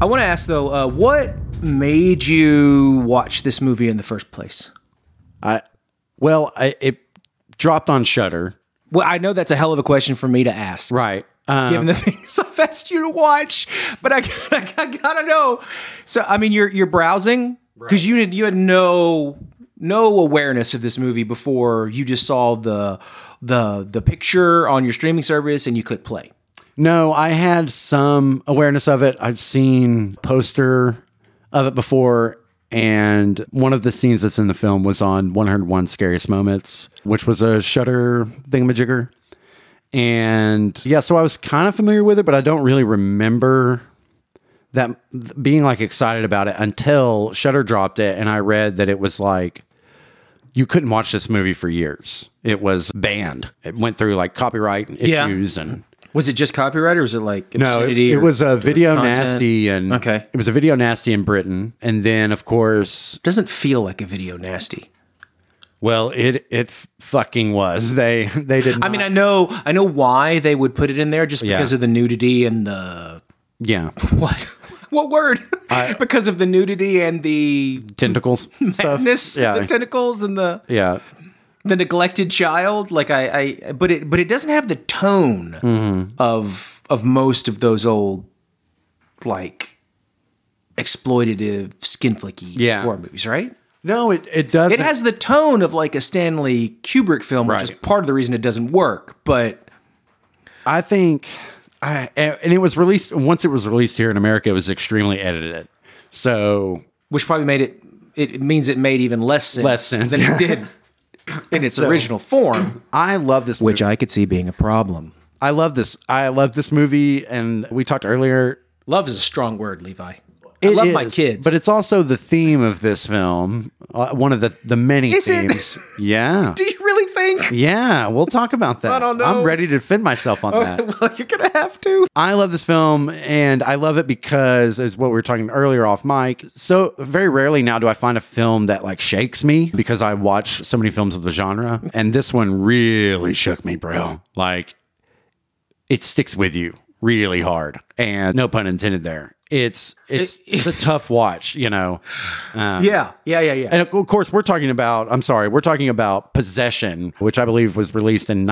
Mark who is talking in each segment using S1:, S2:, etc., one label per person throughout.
S1: I want to ask though, uh, what made you watch this movie in the first place?
S2: I well, I, it dropped on Shutter.
S1: Well, I know that's a hell of a question for me to ask,
S2: Right. Um,
S1: given the things I've asked you to watch. But I, I, gotta know. So I mean, you're you're browsing because you did you had no no awareness of this movie before you just saw the the the picture on your streaming service and you click play.
S2: no, I had some awareness of it. I've seen poster of it before, and one of the scenes that's in the film was on 101 Scariest Moments, which was a Shutter thingamajigger. And yeah, so I was kind of familiar with it, but I don't really remember that being like excited about it until Shutter dropped it, and I read that it was like you couldn't watch this movie for years. It was banned. It went through like copyright
S1: Yeah.
S2: issues and
S1: Was it just copyright or was it like
S2: no, it,
S1: obscenity
S2: it
S1: or-
S2: was a video
S1: content?
S2: nasty and
S1: Okay.
S2: it was a video nasty in Britain, and then of course,
S1: doesn't feel like a video nasty.
S2: well, it it f- fucking was. They they didn't.
S1: I mean, I know, I know why they would put it in there, just
S2: Yeah.
S1: because of the nudity and the
S2: yeah,
S1: what? What word? because of the nudity and the
S2: tentacles stuff.
S1: madness,
S2: Yeah,
S1: the tentacles and the
S2: yeah.
S1: the neglected child. Like I, I, but it, but it doesn't have the tone
S2: Mm-hmm.
S1: of of most of those old like exploitative skin flicky
S2: Yeah.
S1: horror movies, right?
S2: No, it it does.
S1: It has the tone of like a Stanley Kubrick film, which is
S2: Right.
S1: part of the reason it doesn't work. But
S2: I think, I and and it was released once it was released here in America. It was extremely edited, so
S1: which probably made it it means it made even less sense,
S2: Less sense,
S1: than it did in its original form
S2: I love this.
S1: which i could see being a problem
S2: I love this. I love this movie, and we talked earlier.
S1: love is a strong word levi i
S2: It
S1: love my
S2: is,
S1: kids
S2: but it's also the theme of this film. Uh, one of the the many
S1: Is it?
S2: themes. Yeah,
S1: do you really think
S2: yeah. We'll talk about that. I
S1: don't know.
S2: am ready to defend myself on that.
S1: well you're gonna have to
S2: I love this film and I love it because as what we were talking earlier off mic. So very rarely now do I find a film that like shakes me because I watch so many films of the genre and this one really shook me, bro. Like it sticks with you really hard and no pun intended there. It's it's, it's a tough watch, you know. Uh,
S1: yeah yeah yeah yeah
S2: And of course, we're talking about, I'm sorry, we're talking about Possession, which I believe was released in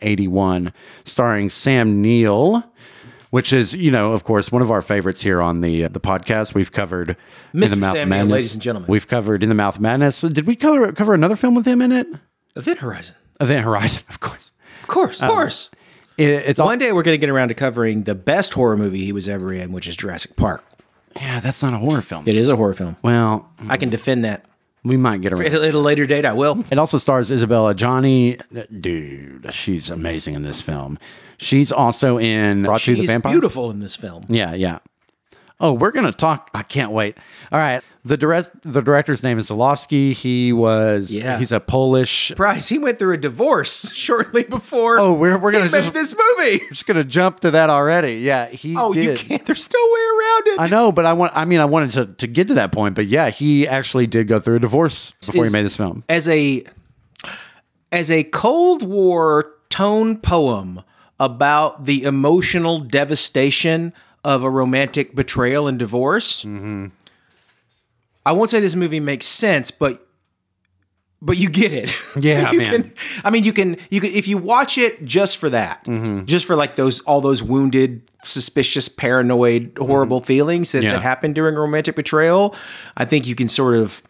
S2: 1981, starring Sam Neill, which is, you know, of course, one of our favorites here on the the podcast. We've covered In
S1: Mr. Sam Neill, ladies and gentlemen.
S2: We've covered In the Mouth of Madness. Did we cover, cover another film with him in it?
S1: event horizon
S2: Event Horizon, of course.
S1: of course of
S2: Uh,
S1: course
S2: It- it's all,
S1: one day we're gonna get around to covering the best horror movie he was ever in which is jurassic park
S2: yeah, that's not a horror film.
S1: it is a horror film
S2: well,
S1: i can defend that
S2: we might get around.
S1: at a, at a later date i will
S2: It also stars Isabella Johnny. Dude, she's amazing in this film. She's also in Ratu the
S1: He's
S2: Vampire.
S1: beautiful in this film
S2: Yeah, yeah. Oh, we're gonna talk. I can't wait. All right. The direct, the director's name is Zalowski. He was.
S1: Yeah.
S2: He's a Polish.
S1: Price, he went through a divorce shortly before.
S2: Oh, we're we're
S1: he
S2: gonna
S1: made
S2: just
S1: this movie.
S2: just gonna jump to that already. Yeah, he
S1: Oh,
S2: did.
S1: you can't. There's no way around it.
S2: I know, but I want. I mean, I wanted to to get to that point, but yeah, he actually did go through a divorce before
S1: Is-
S2: he made this film.
S1: as a as a Cold War tone poem about the emotional devastation of a romantic betrayal and divorce. I won't say this movie makes sense, but but you get it.
S2: Yeah,
S1: You
S2: man.
S1: can- I mean, you can you can if you watch it just for that,
S2: Mm-hmm.
S1: just for like those all those wounded, suspicious, paranoid, horrible feelings that,
S2: Mm-hmm. Yeah.
S1: that happen during a romantic betrayal. I think you can sort of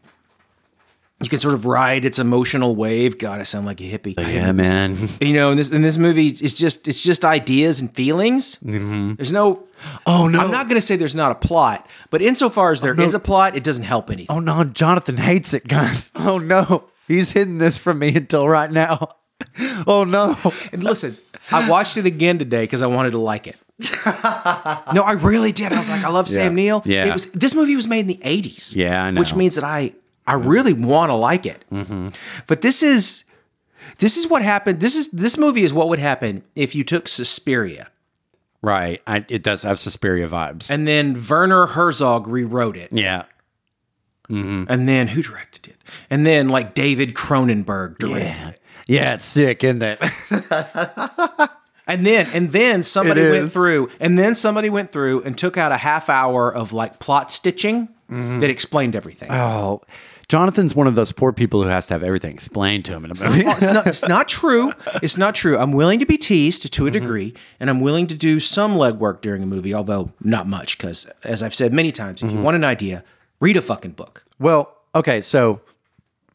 S1: you can sort of ride its emotional wave. God, I sound like a hippie.
S2: Yeah, man.
S1: You know, in this in this movie, it's just it's just ideas and feelings.
S2: Mm-hmm.
S1: There's no.
S2: Oh no.
S1: I'm not going to say there's not a plot, but insofar as there is a plot, it doesn't help anything.
S2: Oh no, Jonathan hates it, guys. Oh no, he's hidden this from me until right now. Oh no.
S1: And listen, I watched it again today because I wanted to like it. no, I really did. I was like, I love Sam Neill.
S2: Yeah.
S1: It was this movie was made in the 80s.
S2: Yeah, I know. Mm-hmm.
S1: Which means that I I really want to like it. But this is this is what happened. This is this movie is what would happen if you took Suspiria
S2: Right. I, it does have Suspiria vibes.
S1: and then Werner Herzog rewrote it.
S2: yeah.
S1: And then who directed it? And then like David Cronenberg directed it.
S2: Yeah, it's sick, isn't it?
S1: And then and then somebody
S3: It
S1: went
S3: is.
S1: through and then somebody went through and took out a half hour of like plot stitching that explained everything.
S2: Oh, Jonathan's one of those poor people who has to have everything explained to him in a movie.
S1: Well, it's, not, it's not true. It's not true. I'm willing to be teased to a degree, and I'm willing to do some legwork during a movie, although not much, because as I've said many times, if you want an idea, read a fucking book.
S2: Well, okay, so,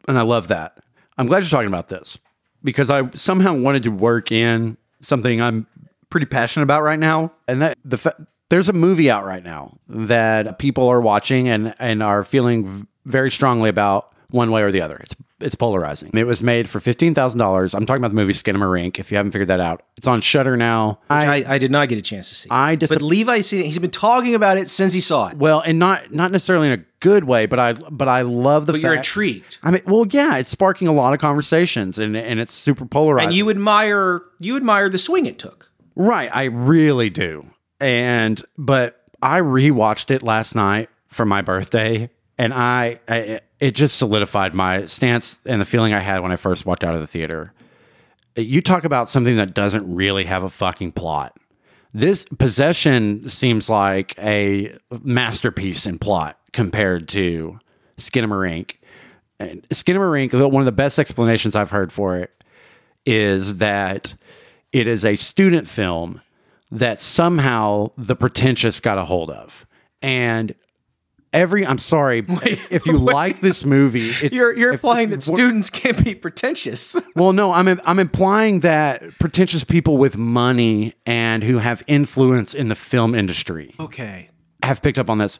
S2: and I love that. I'm glad you're talking about this because I somehow wanted to work in something I'm pretty passionate about right now, and that the fa- there's a movie out right now that people are watching and and are feeling v- very strongly about one way or the other. It's it's polarizing. It was made for fifteen thousand dollars. I'm talking about the movie Skinamarink. If you haven't figured that out, it's on Shutter now. I-
S1: I, I did not get a chance to see.
S2: I
S1: just
S2: dis-
S1: but Levi's seen it. He's been talking about it since he saw it.
S2: well, and not not necessarily in a good way, but I but I love the.
S1: But you're
S2: fact-
S1: intrigued,
S2: I mean, well, yeah, it's sparking a lot of conversations, and and it's super polarizing.
S1: and you admire you admire the swing it took.
S2: right? I really do. And but I rewatched it last night for my birthday, and I, I it just solidified my stance and the feeling I had when I first walked out of the theater. You talk about something that doesn't really have a fucking plot. This possession seems like a masterpiece in plot compared to Skinamarink. And Skinamarink, the- one of the best explanations I've heard for it is that it is a student film that somehow the pretentious got a hold of. And every, I'm sorry, if you like this movie, it's,
S1: You're you're
S2: if-
S1: implying that
S2: if-
S1: students can't be pretentious.
S2: well, no, I'm I'm implying that pretentious people with money and who have influence in the film industry
S1: Okay.
S2: have picked up on this.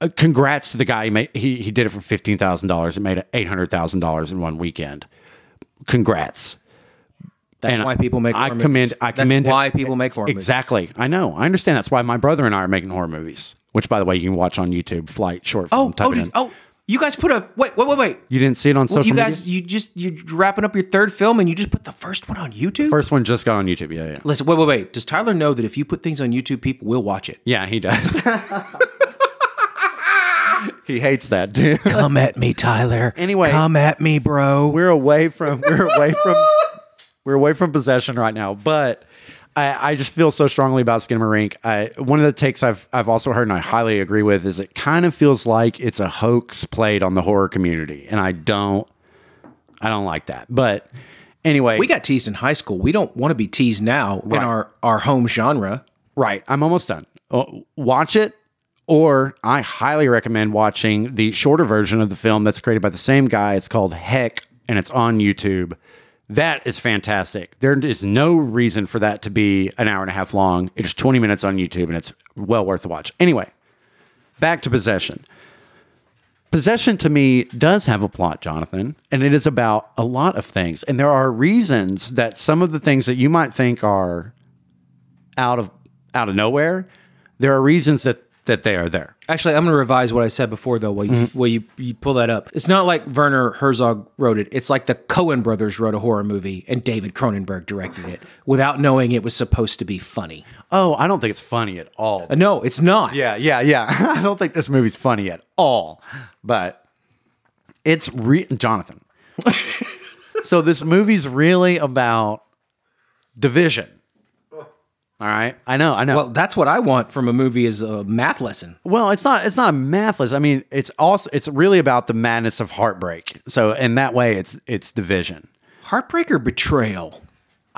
S2: Uh, congrats to the guy. He made, he he did it for fifteen thousand dollars. It made eight hundred thousand dollars in one weekend. Congrats.
S1: That's
S2: And
S1: why people make.
S2: I
S1: horror
S2: commend.
S1: Movies.
S2: I
S1: That's
S2: commend.
S1: why people make horror movies.
S2: exactly. I know. I understand. That's why my brother and I are making horror movies. Which, by the way, you can watch on YouTube. Flight short film.
S1: Oh,
S2: type
S1: oh,
S2: it
S1: did,
S2: in.
S1: oh, you guys put a wait, wait, wait, wait.
S2: you didn't see it on social
S1: you
S2: media.
S1: guys, you just you're wrapping up your third film, and you just put the first one on YouTube.
S2: First one just got on YouTube. Yeah, yeah.
S1: Listen, wait, wait, wait. Does Tyler know that if you put things on YouTube, people will watch it?
S2: Yeah, he does. he hates that dude.
S1: Come at me, Tyler.
S2: Anyway.
S1: come at me, bro.
S2: We're away from we're away from we're away from possession right now, but I, I just feel so strongly about Skinamarink. I one of the takes I've I've also heard and I highly agree with is it kind of feels like it's a hoax played on the horror community, and I don't I don't like that. But anyway,
S1: We got teased in high school. We don't want to be teased now in our our home genre.
S2: Right. I'm almost done. Oh, Watch it, or I highly recommend watching the shorter version of the film that's created by the same guy. It's called Heck, and it's on YouTube. That is fantastic. There is no reason for that to be an hour and a half long. It is 20 minutes on YouTube, and it's well worth the watch. Anyway, back to Possession. Possession to me does have a plot, Jonathan, and it is about a lot of things. And there are reasons that some of the things that you might think are out of out of nowhere, there are reasons that that they are there.
S1: Actually, I'm going to revise what I said before, though. While you
S2: Mm-hmm.
S1: while you, you pull that up, it's not like Werner Herzog wrote it. It's like the Cohen brothers wrote a horror movie and David Cronenberg directed it without knowing it was supposed to be funny. Uh,
S2: Oh, I don't think it's funny at all.
S1: No, it's not.
S2: Uh, Yeah, yeah, yeah. I don't think this movie's funny at all, but it's re- Jonathan. so this movie's really about division. All right, I know, I know.
S1: Well, that's what I want from a movie is a math lesson.
S2: Well, it's not it's not a mathless. I mean, it's also it's really about the madness of heartbreak. So in that way, it's it's division.
S1: Heartbreak or betrayal?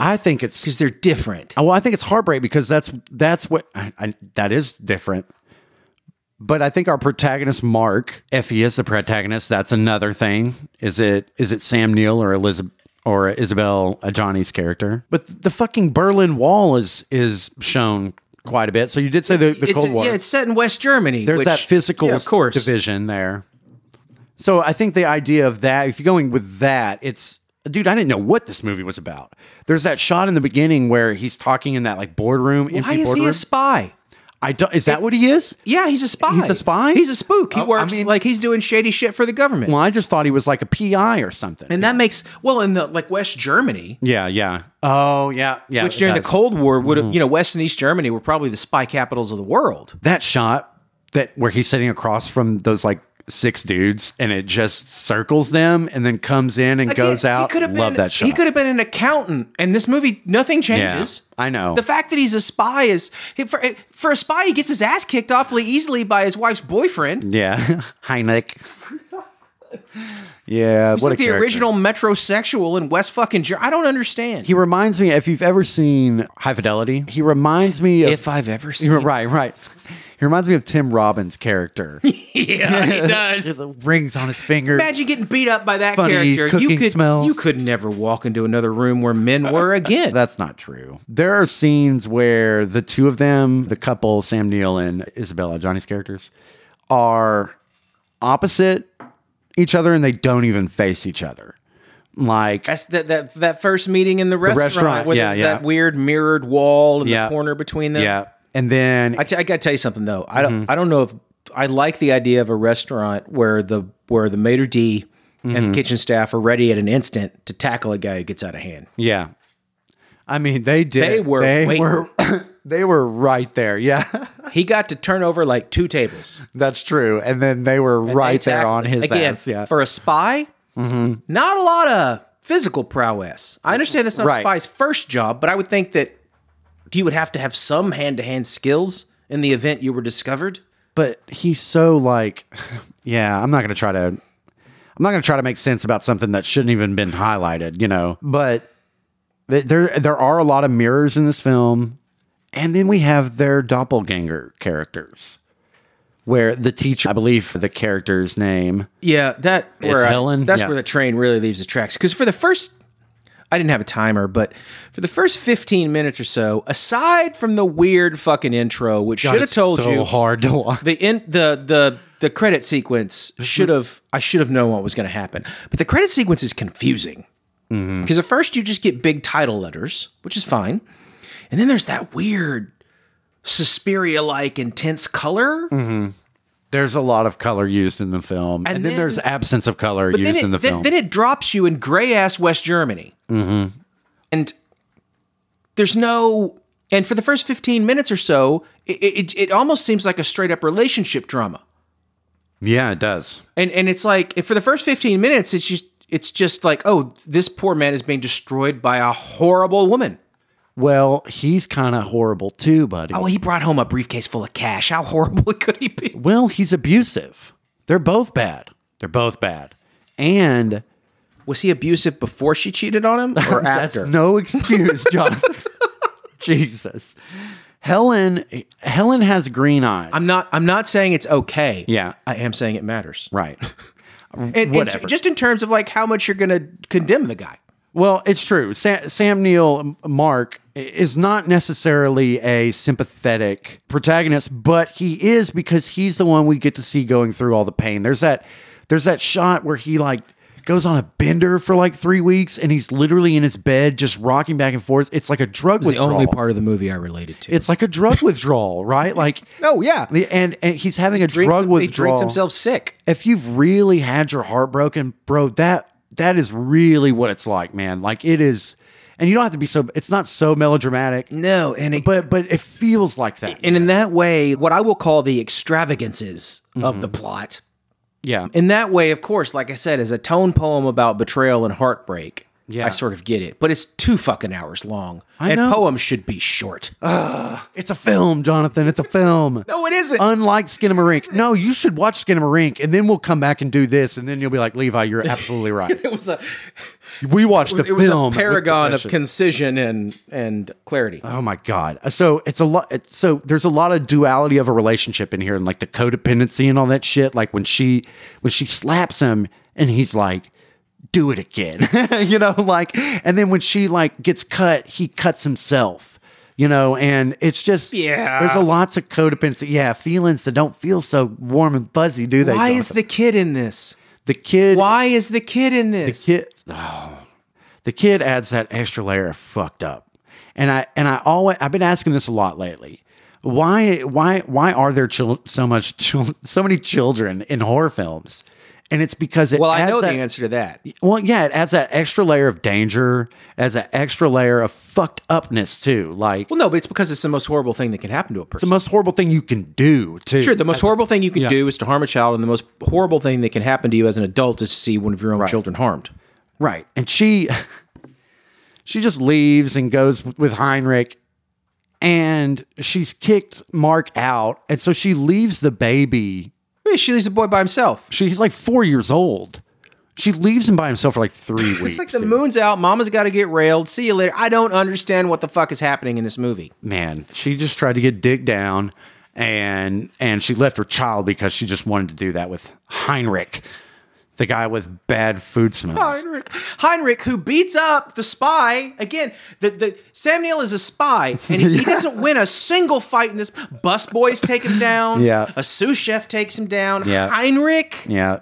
S2: I think it's
S1: Because they're different.
S2: Uh, well, I think it's heartbreak because that's that's what I, I, that is different. But I think our protagonist Mark, if he is the protagonist, that's another thing. Is it is it Sam Neill or Elizabeth or Isabel Johnny's character? But the fucking Berlin Wall is is shown quite a bit. So you did say the, the
S1: it's,
S2: Cold War.
S1: Yeah, it's set in West Germany.
S2: There's
S1: which-
S2: that physical
S1: yeah, of course.
S2: division there. So I think the idea of that, if you're going with that, it's dude, I didn't know what this movie was about. There's that shot in the beginning where he's talking in that like boardroom,
S1: Why
S2: empty
S1: is he
S2: boardroom.
S1: a spy?
S2: I don't, is that what he is?
S1: Yeah, he's a spy.
S2: He's a spy?
S1: He's a spook. He
S2: Oh, I
S1: works
S2: mean-
S1: like he's doing shady shit for the government.
S2: Well, I just thought he was like a PI or something.
S1: and that makes well in the like West Germany,
S2: yeah, yeah. Oh, yeah, yeah.
S1: which during the Cold War would have
S2: Mm.
S1: you know West and East Germany were probably the spy capitals of the world.
S2: that shot that where he's sitting across from those like six dudes and it just circles them and then comes in and goes
S1: Again,
S2: out.
S1: He could have
S2: Love
S1: been,
S2: that shot.
S1: He could have been an accountant, and this movie, nothing changes.
S2: Yeah, I know.
S1: The fact that he's a spy is he- for, eh, for a spy, he gets his ass kicked awfully easily by his wife's boyfriend.
S2: yeah. Heineck. yeah.
S1: He's
S2: what a
S1: like the
S2: character.
S1: original metrosexual in West fucking. Jer- I don't understand.
S2: He reminds me, if you've ever seen High Fidelity, he reminds me of.
S1: if I've ever
S2: You're
S1: seen,
S2: right, right. He reminds me of Tim Robbins' character.
S1: yeah, he
S2: Just
S1: does.
S2: the rings on his finger.
S1: Imagine getting beat up by that
S2: Funny
S1: character. You
S2: cooking
S1: could,
S2: smells.
S1: you could never walk into another room where men were again.
S2: That's not true. There are scenes where the two of them, the couple, Sam Neill and Isabella, Johnny's characters, are opposite each other and they don't even face each other. Like,
S1: That's that that that first meeting in the restaurant,
S2: restaurant,
S1: where
S2: yeah,
S1: there's
S2: yeah.
S1: that weird mirrored wall in
S2: Yeah.
S1: the corner between them.
S2: yeah. Mm-hmm. And then
S1: I, t- I gotta tell you something though. I don't I don't know if I like the idea of a restaurant where the where the maitre d and
S2: Mm-hmm.
S1: the kitchen staff are ready at an instant to tackle a guy who gets out of hand.
S2: Yeah. I mean, they did.
S1: They were
S2: They
S1: waiting.
S2: were. they were right there. Yeah,
S1: He got to turn over like two tables.
S2: that's true. And then they were
S1: They
S2: right there
S1: tackled
S2: on
S1: him.
S2: his
S1: again
S2: ass. Yeah. Mm-hmm.
S1: for a spy. Not a lot of physical prowess. I understand that's not
S2: Right.
S1: a spy's first job, but I would think that you would have to have some hand to hand skills in the event you were discovered.
S2: but he's so like, yeah. I'm not gonna try to. I'm not gonna try to make sense about something that shouldn't even been highlighted. You know. But th- there there are a lot of mirrors in this film, and then we have their doppelganger characters, where the teacher, I believe, the character's name.
S1: Yeah, that where I-
S2: Helen?
S1: that's
S2: Yeah.
S1: where the train really leaves the tracks. Because for the first, I didn't have a timer, but for the first fifteen minutes or so, aside from the weird fucking intro, which should have
S2: It's
S1: told
S2: so
S1: you
S2: hard to watch.
S1: the in the the the credit sequence
S2: Mm-hmm.
S1: should have I should have known what was going to happen. But the credit sequence is confusing
S2: Mm-hmm.
S1: because at first you just get big title letters, which is fine, and then there's that weird Suspiria like intense color.
S2: Mm-hmm. There's a lot of color used in the film, and, then,
S1: then-
S2: there's absence of color used
S1: then it,
S2: in the
S1: then-
S2: film.
S1: Then it drops you in gray ass West Germany. Mm-hmm. And there's no. And for the first 15 minutes or so, it, it, it almost seems like a straight up relationship drama.
S2: yeah, it does.
S1: And and it's like for the first 15 minutes, it's just it's just like, oh, this poor man is being destroyed by a horrible woman.
S2: Well, he's kind of horrible too, buddy.
S1: Oh, he brought home a briefcase full of cash. How horrible could he be?
S2: Well, he's abusive. They're both bad. They're both bad. And
S1: Was he abusive before she cheated on him or after?
S2: that's no excuse, Jonathan. Jesus. Helen Helen has green eyes.
S1: I'm not I'm not saying it's okay.
S2: Yeah.
S1: I am saying it matters.
S2: right.
S1: And, and
S2: Whatever.
S1: just in terms of like how much you're going to condemn the guy.
S2: Well, it's true. Sam, Sam Neill, M- Mark, i- is not necessarily a sympathetic protagonist, but he is because he's the one we get to see going through all the pain. There's that, there's that shot where he like goes on a bender for like three weeks, and he's literally in his bed just rocking back and forth. It's like a drug
S1: The
S2: withdrawal.
S1: only part of the movie I related to.
S2: it's like a drug withdrawal, right? Like,
S1: oh yeah,
S2: and, and he's having a
S1: drinks,
S2: drug
S1: he
S2: withdrawal
S1: drinks himself sick.
S2: if you've really had your heart broken, bro, that that is really what it's like, man. Like it is, and you don't have to be so. It's not so melodramatic,
S1: No, and it,
S2: but but it feels like that.
S1: and in that way, what I will call the extravagances of the plot.
S2: yeah,
S1: In that way, of course, like I said, is a tone poem about betrayal and heartbreak.
S2: Yeah.
S1: I sort of get it, but it's two fucking hours long,
S2: I
S1: and
S2: know.
S1: poems should be short.
S2: it's a film, Jonathan. It's a film.
S1: no, it isn't.
S2: Unlike Skinamarink, no, you should watch Skinamarink, and then we'll come back and do this, and then you'll be like, Levi, you're absolutely right.
S1: it was a
S2: We watched the
S1: it was
S2: film.
S1: a
S2: with
S1: paragon of
S2: depression.
S1: concision and and clarity.
S2: Oh my god! So it's a lot. it's- So there's a lot of duality of a relationship in here, and like the codependency and all that shit. Like when she when she slaps him, and he's like, "Do it again," you know. Like, and then when she like gets cut, he cuts himself, you know. And it's just
S1: Yeah.
S2: There's a lots of codependency. Yeah, feelings that don't feel so warm and fuzzy, do they?
S1: Why is
S2: Jonathan?
S1: the kid in this?
S2: the kid?
S1: Why is the kid in this?
S2: kid oh, the kid adds that extra layer of fucked up and i and i always i've been asking this a lot lately why why why are there chil- so much chil- so many children in horror films And it's because it
S1: Well, I
S2: adds
S1: know
S2: that-
S1: the answer to that.
S2: Well, yeah, it adds that extra layer of danger, adds that extra layer of fucked upness too. Like
S1: Well, no, but it's because it's the most horrible thing that can happen to a
S2: the
S1: person.
S2: most horrible thing you can do too.
S1: Sure, the most horrible thing you can do is to harm a child, and the most horrible thing that can happen to you as an adult is to see one of your own children harmed.
S2: Right. And she she just leaves and goes with Heinrich and she's kicked Mark out. And so she leaves the baby.
S1: Yeah, She leaves the boy by himself.
S2: She's like 4 years old. She leaves him by himself for like 3 weeks.
S1: It's like the moon's out, mama's got to get railed. See you later. I don't understand what the fuck is happening in this movie.
S2: Man, she just tried to get dick down and and she left her child because she just wanted to do that with Heinrich, the guy with bad food smells.
S1: Heinrich, Heinrich, who beats up the spy again. The the Sam Neill is a spy, and he, he doesn't win a single fight in this. Busboys take him down.
S2: Yeah.
S1: a sous chef takes him down.
S2: Yeah.
S1: Heinrich
S2: Yeah.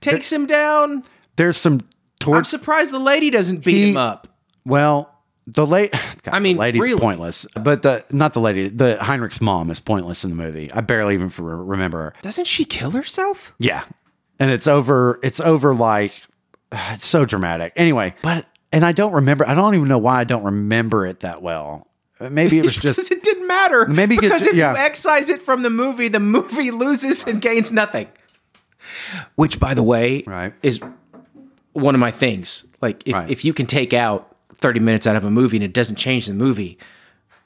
S1: takes him down.
S2: There's some
S1: I'm
S2: torture
S1: surprised the lady doesn't beat
S2: He-
S1: him up.
S2: Well, the late I
S1: mean,
S2: the lady's
S1: really.
S2: pointless. But the not the lady, the Heinrich's mom is pointless in the movie. I barely even for, remember her.
S1: Doesn't she kill herself?
S2: Yeah. And it's over it's over like it's so dramatic. Anyway, but and I don't remember I don't even know why I don't remember it that well. Maybe it was
S1: Because
S2: just
S1: it didn't matter.
S2: Maybe it
S1: because
S2: gets-
S1: if
S2: yeah.
S1: you excise it from the movie, the movie loses and gains nothing. Which, by the way,
S2: Right.
S1: is one of my things. Like, if,
S2: Right.
S1: if you can take out thirty minutes out of a movie and it doesn't change the movie,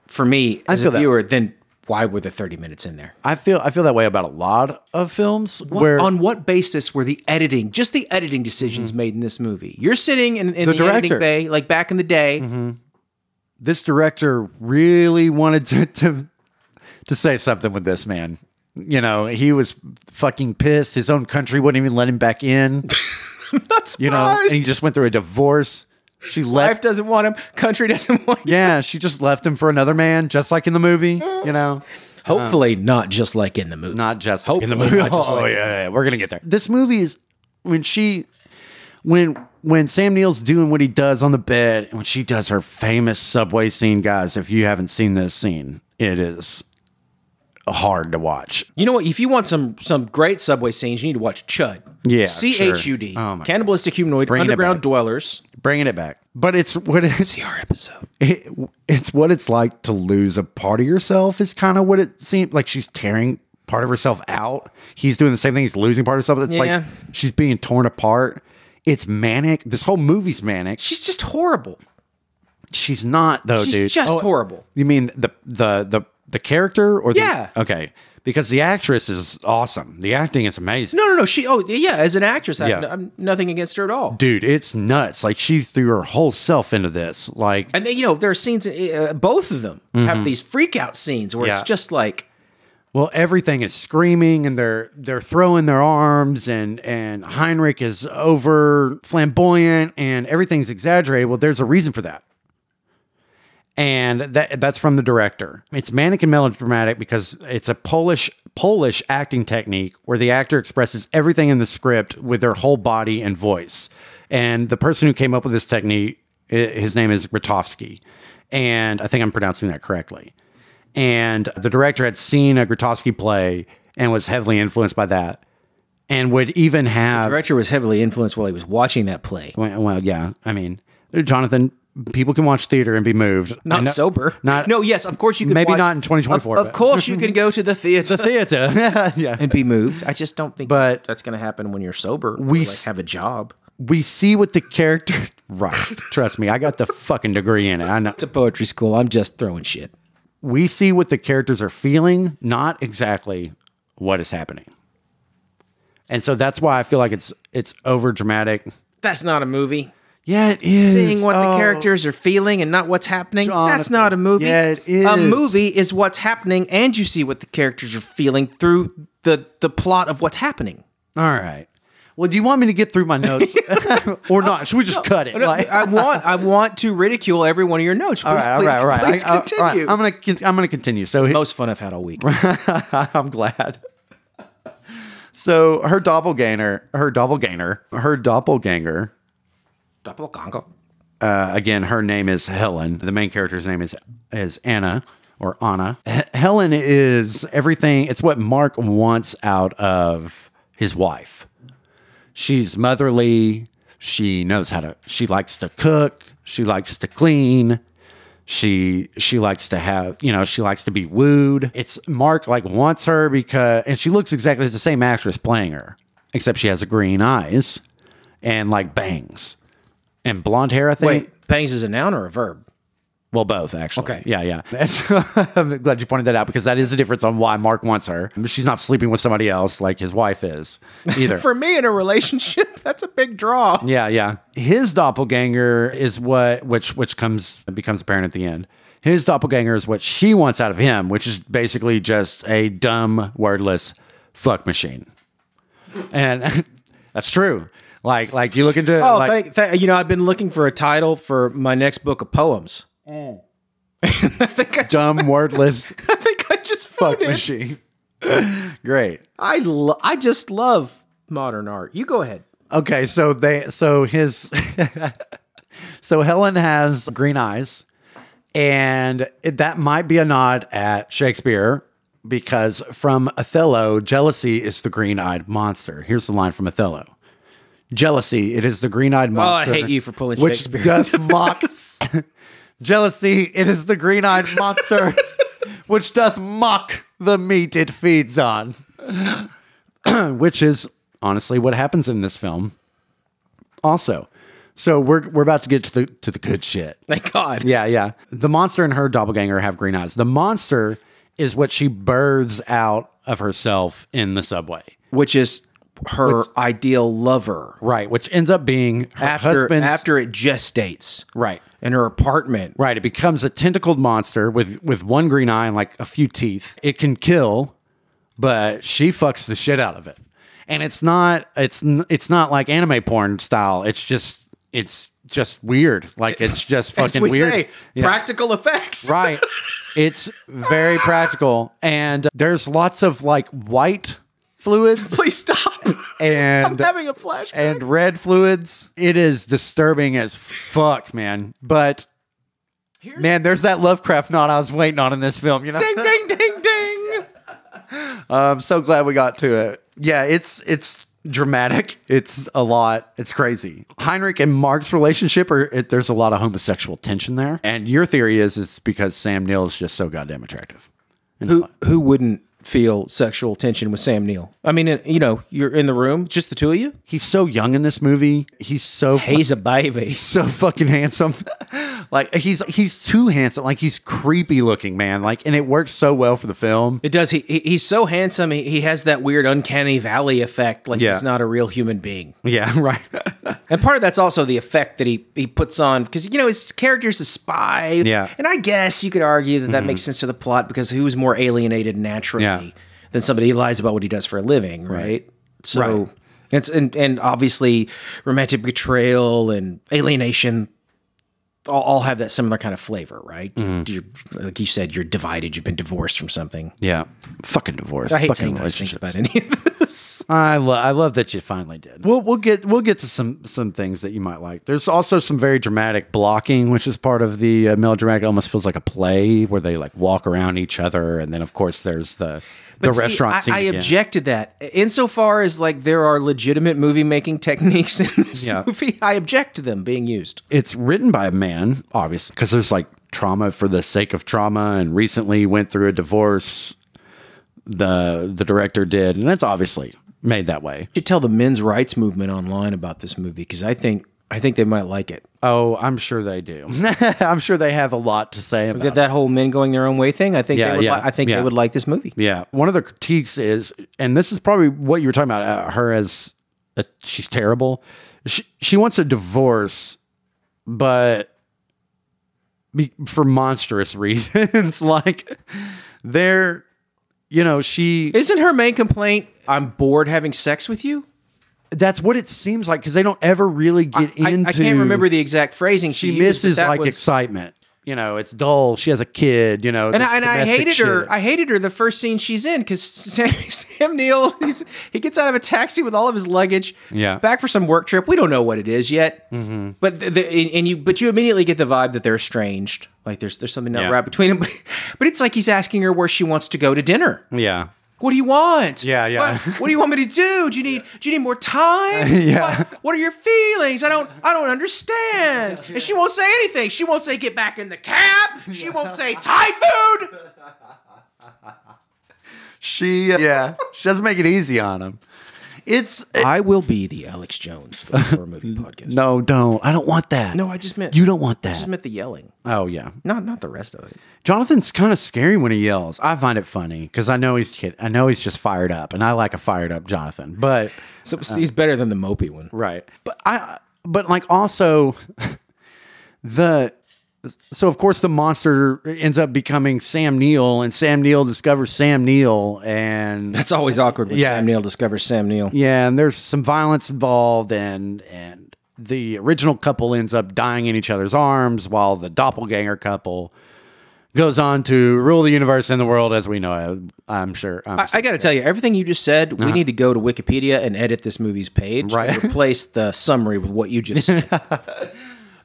S1: for me as a
S2: feel that.
S1: viewer, then why were the thirty minutes in there?
S2: I feel I feel that way about a lot of films
S1: What-
S2: where Mm-hmm.
S1: on what basis were the editing, just the editing decisions made in this movie? You're sitting in, in the,
S2: director. Mm-hmm.
S1: editing bay, like back in the day.
S2: this director really wanted to, to to say something with this man. You know, he was fucking pissed. His own country wouldn't even let him back in.
S1: Not surprised.
S2: you know, and he just went through a divorce. She
S1: Life
S2: left.
S1: doesn't want him. Country doesn't want him.
S2: yeah, she just left him for another man, just like in the movie. You know,
S1: Hopefully, not just like in the movie.
S2: not just in the
S1: Hopefully
S2: movie.
S1: not just
S2: oh
S1: like-
S2: yeah, yeah, we're gonna get there. This movie is when she, when when Sam Neill's doing what he does on the bed, and when she does her famous subway scene, guys. If you haven't seen this scene, it is hard to watch.
S1: You know what? If you want some some great subway scenes, you need to watch Chud.
S2: Yeah,
S1: C
S2: sure.
S1: H U D.
S2: Oh my God.
S1: Cannibalistic humanoid
S2: Bringing it
S1: underground
S2: back.
S1: dwellers.
S2: Bringing it back, but it's what it is.
S1: See our episode.
S2: it, it's what it's like to lose a part of yourself is kind of what it seemed like she's tearing part of herself out he's doing the same thing he's losing part of herself it's
S1: Yeah.
S2: like she's being torn apart it's manic this whole movie's manic
S1: She's just horrible.
S2: she's not though
S1: She's
S2: Oh, dude
S1: just
S2: Oh,
S1: horrible.
S2: you mean the the the the character or the,
S1: Yeah.
S2: okay because the actress is awesome the acting is amazing
S1: No, no, no. She. Oh, yeah. As an actress, I,
S2: Yeah.
S1: have no- I'm nothing against her at all.
S2: dude it's nuts like she threw her whole self into this like
S1: And then, you know, there are scenes. Uh, both of them have these freak out scenes where
S2: Mm-hmm. Yeah.
S1: it's just like
S2: Well, everything is screaming and they're they're throwing their arms and and Heinrich is over flamboyant and everything's exaggerated. Well, there's a reason for that. And that that's from the director. It's manic and melodramatic because it's a Polish Polish acting technique where the actor expresses everything in the script with their whole body and voice. And the person who came up with this technique, i- his name is Grotowski. And I think I'm pronouncing that correctly and the director had seen a Grotowski play and was heavily influenced by that, and would even
S1: the
S2: have
S1: director was heavily influenced while he was watching that play.
S2: well, well, yeah, I mean, Jonathan, people can watch theater and be moved, I
S1: Not
S2: know-
S1: sober.
S2: not
S1: no. Yes, of course you can.
S2: maybe
S1: watch-
S2: not in 2024,
S1: Of, of
S2: but-
S1: course you can go to the theater
S2: theater. yeah,
S1: and be moved. I just don't think
S2: But-
S1: that's going to happen when you're sober.
S2: We
S1: We like
S2: s-
S1: have a job.
S2: we see what the character. Right, trust me, I got the fucking degree in it. I know.
S1: to poetry school. I'm just throwing shit.
S2: We see what the characters are feeling, not exactly what is happening. And so that's why I feel like it's it's over dramatic.
S1: That's not a movie.
S2: Yeah, it is.
S1: Seeing what the
S2: Oh.
S1: characters are feeling and not what's happening. That's
S2: Jonathan.
S1: not a movie.
S2: Yeah, it
S1: A
S2: is.
S1: movie is what's happening and you see what the characters are feeling through the the plot of what's happening.
S2: Oh, All right. Well, do you want me to get through my notes or not? Should we just cut it? Like-
S1: I want I want to ridicule every one of your notes. Please,
S2: all right, all
S1: please,
S2: right, all right.
S1: please
S2: I- I- all right.
S1: continue.
S2: I'm gonna con- I'm gonna continue. So he-
S1: Most fun I've had all week.
S2: I'm glad. So her doppelganger, her doppelganger, her doppelganger.
S1: Doppelganger.
S2: Uh, again, her name is Helen. The main character's name is is Anna or Anna. H- Helen is everything. It's what Mark wants out of his wife. She's motherly. She knows how to she likes to cook. She likes to clean. She she likes to have, you know, she likes to be wooed. It's Mark like wants her because and she looks exactly it's the same actress playing her, except she has green eyes and like bangs. And blonde hair, I think.
S1: Wait, bangs is a noun or a verb?
S2: Well, both actually.
S1: Okay.
S2: Yeah, yeah. And so, I'm glad you pointed that out because that is the difference on why Mark wants her. She's not sleeping with somebody else like his wife is either.
S1: For me in a relationship, that's a big draw.
S2: yeah, yeah. His doppelganger is what which which comes becomes apparent at the end. His doppelganger is what she wants out of him, which is basically just a dumb, wordless fuck machine. And that's true. Like like you look into
S1: Oh,
S2: like,
S1: thank, thank, you know, I've been looking for a title for my next book of poems. I think I,
S2: dumb, wordless
S1: I think I just
S2: fuck
S1: found it.
S2: machine. Great.
S1: I lo- I just love modern art. You go ahead.
S2: Okay, so they so his so Helen has green eyes, and it, that might be a nod at Shakespeare because from Othello, jealousy is the green-eyed monster. Here's the line from Othello: "Jealousy, it is the green-eyed
S1: Oh, I
S2: monster."
S1: hate you for pulling
S2: which
S1: Shakespeare.
S2: does mock jealousy. It is the green-eyed monster, which doth mock the meat it feeds on, which is honestly what happens in this film. Also, so we're we're about to get to the to the good shit.
S1: Thank God.
S2: Yeah, yeah. The monster and her doppelganger have green eyes. The monster is what she births out of herself in the subway.
S1: Which is her ideal lover
S2: Right, which ends up being her
S1: after
S2: husband.
S1: after it gestates.
S2: right,
S1: In her apartment.
S2: right. It becomes a tentacled monster with with one green eye and like a few teeth. It can kill, but she fucks the shit out of it. And it's not it's n- it's not like anime porn style. It's just it's just weird. Like it's just fucking
S1: As we
S2: weird.
S1: say, practical effects.
S2: Right. It's very practical. And there's lots of like white fluids
S1: Please stop. I'm
S2: and
S1: having a flashback.
S2: and red fluids. It is disturbing as fuck, man. But
S1: Here's-
S2: man, there's that Lovecraft knot I was waiting on in this film, you know?
S1: ding, ding, ding, ding.
S2: I'm so glad we got to it. Yeah, it's it's dramatic. It's a lot. It's crazy. Heinrich and Mark's relationship are it, there's a lot of homosexual tension there. And your theory is is because Sam Neill is just so goddamn attractive.
S1: Who who wouldn't feel sexual tension with Sam Neill? I mean, uh, you know, you're in the room, just the two of you.
S2: He's so young in this movie. He's so
S1: He's a baby.
S2: so fucking handsome. like he's he's too handsome. Like he's creepy looking, man. Like and it works so well for the film.
S1: It does. He, he he's so handsome. He, he has that weird uncanny valley effect. Like
S2: Yeah.
S1: he's not a real human being.
S2: Yeah, right.
S1: And part of that's also the effect that he he puts on because you know his character's a spy.
S2: Yeah. Mm-hmm.
S1: And I guess you could argue that that makes sense to the plot because who's more alienated naturally
S2: Yeah.
S1: than somebody who lies about what he does for a living, right? So
S2: Right.
S1: it's and and obviously romantic betrayal and alienation. All, all have that similar kind of flavor, right?
S2: Mm-hmm.
S1: You're, like you said, you're divided. You've been divorced from something.
S2: yeah. Fucking divorce.
S1: I hate
S2: fucking
S1: saying nice things
S2: relationship.
S1: about any of this.
S2: I love I love that you finally did. We'll we'll get we'll get to some some things that you might like. There's also some very dramatic blocking, which is part of the uh, melodramatic. It almost feels like a play where they like walk around each other, and then of course there's the the
S1: See,
S2: restaurant
S1: I,
S2: scene.
S1: I
S2: again.
S1: object to that. Insofar as like there are legitimate movie making techniques in this
S2: Yeah.
S1: movie, I object to them being used.
S2: it's written by a man, obviously, because there's like trauma for the sake of trauma, and recently went through a divorce. The the director did, and that's obviously made that way.
S1: You should tell the men's rights movement online about this movie because I think I think they might like it.
S2: Oh, I'm sure they do. I'm sure they have a lot to say about.
S1: That that whole men going their own way thing. I think
S2: Yeah,
S1: they would.
S2: yeah,
S1: li- I think
S2: yeah.
S1: they would like this movie.
S2: Yeah. One of the critiques is, and this is probably what you were talking about, uh, her as uh, she's terrible. She, she wants a divorce, but be, for monstrous reasons. like, they're, you know, she,
S1: Isn't her main complaint? I'm bored having sex with you.
S2: that's what it seems like because they don't ever really get
S1: I,
S2: into.
S1: I can't remember the exact phrasing she, used,
S2: She
S1: but
S2: misses
S1: that
S2: like
S1: was-
S2: excitement. You know, it's dull. She has a kid, you know.
S1: And I, and I hated her. I hated her the first scene she's in because Sam, Sam Neill he's, he gets out of a taxi with all of his luggage.
S2: Yeah. Mm-hmm.
S1: back for some work trip. We don't know what it is yet, but the, the, and- and you but you immediately get the vibe that they're estranged. Like there's there's something not
S2: Yeah.
S1: right between them. But, but it's like he's asking her where she wants to go to dinner,
S2: yeah.
S1: What do you want?
S2: Yeah, yeah.
S1: What, what do you want me to do? Do you need do you need more time?
S2: Yeah.
S1: What, what are your feelings? I don't I don't understand. And she won't say anything. She won't say get back in the cab. She won't say Thai food.
S2: She, uh, yeah, she doesn't make it easy on him. It's
S1: I will be the Alex Jones of the horror movie podcast.
S2: no, don't. I don't want that.
S1: No, I just meant
S2: you don't want
S1: I just
S2: that.
S1: meant the yelling.
S2: Oh yeah,
S1: Not not the rest of it.
S2: Jonathan's kind of scary when he yells. I find it funny because I know he's kid. I know he's just fired up, and I like a fired up Jonathan. But
S1: So he's better than the mopey one.
S2: Right. But I but like also the so of course the monster ends up becoming Sam Neill and Sam Neill discovers Sam Neill and
S1: That's always awkward when
S2: Yeah.
S1: Sam Neill discovers Sam Neill.
S2: yeah and there's some violence involved and and the original couple ends up dying in each other's arms while the doppelganger couple goes on to rule the universe and the world as we know it. I'm sure. I'm
S1: I got to tell you, everything you just said, we need to go to Wikipedia and edit this movie's page
S2: Right.
S1: and replace the summary with what you just said.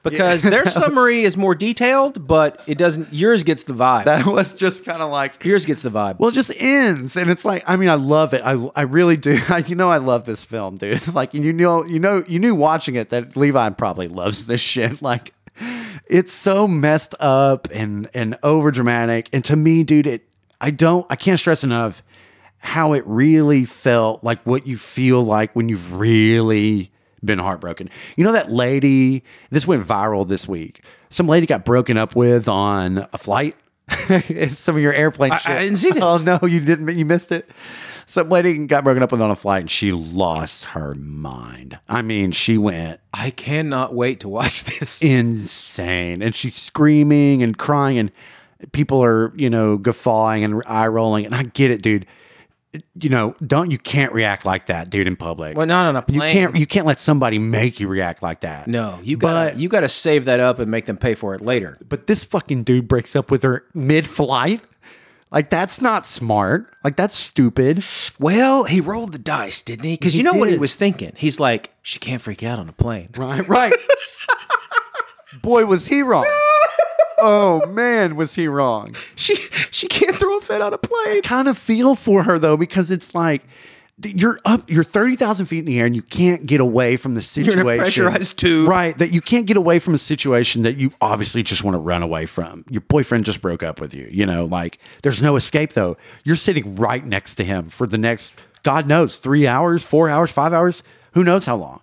S1: because their summary is more detailed, but it doesn't. Yours gets the vibe.
S2: that was just kind of like
S1: yours gets the vibe.
S2: Well, it just ends, and it's like I mean, I love it. I I really do. you know, I love this film, dude. Like you know, you know, you knew watching it that Levi probably loves this shit. Like it's so messed up and and over dramatic. And to me, dude, it I don't I can't stress enough how it really felt like what you feel like when you've really been heartbroken. You know that lady. This went viral this week. Some lady got broken up with on a flight. Some of your airplane shit.
S1: didn't see this.
S2: Oh no, you didn't. You missed it. Some lady got broken up with on a flight, and she lost her mind. I mean, she went
S1: I cannot wait to watch this.
S2: insane, and she's screaming and crying, and people are you know guffawing and eye rolling. And I get it, dude. You know, don't you can't react like that, dude, in public.
S1: Well, not on a
S2: you
S1: plane.
S2: can't you can't let somebody make you react like that.
S1: no, you got
S2: But-
S1: you got to save that up and make them pay for it later.
S2: but this fucking dude breaks up with her mid-flight. Like that's not smart. Like that's stupid.
S1: Well, he rolled the dice, didn't he? Because you
S2: He
S1: know what he
S2: did.
S1: was thinking. He's like, she can't freak out on a plane.
S2: Right, right. Boy, was he wrong. Oh man, was he wrong.
S1: She she can't throw a fit on a plane.
S2: Kind of feel for her though, because it's like d- you're up, you're thirty thousand feet in the air, and you can't get away from the
S1: in
S2: situation.
S1: a pressurized tube.
S2: right? That you can't get away from a situation that you obviously just want to run away from. Your boyfriend just broke up with you. You know, like there's no escape though. You're sitting right next to him for the next, God knows, three hours, four hours, five hours, who knows how long.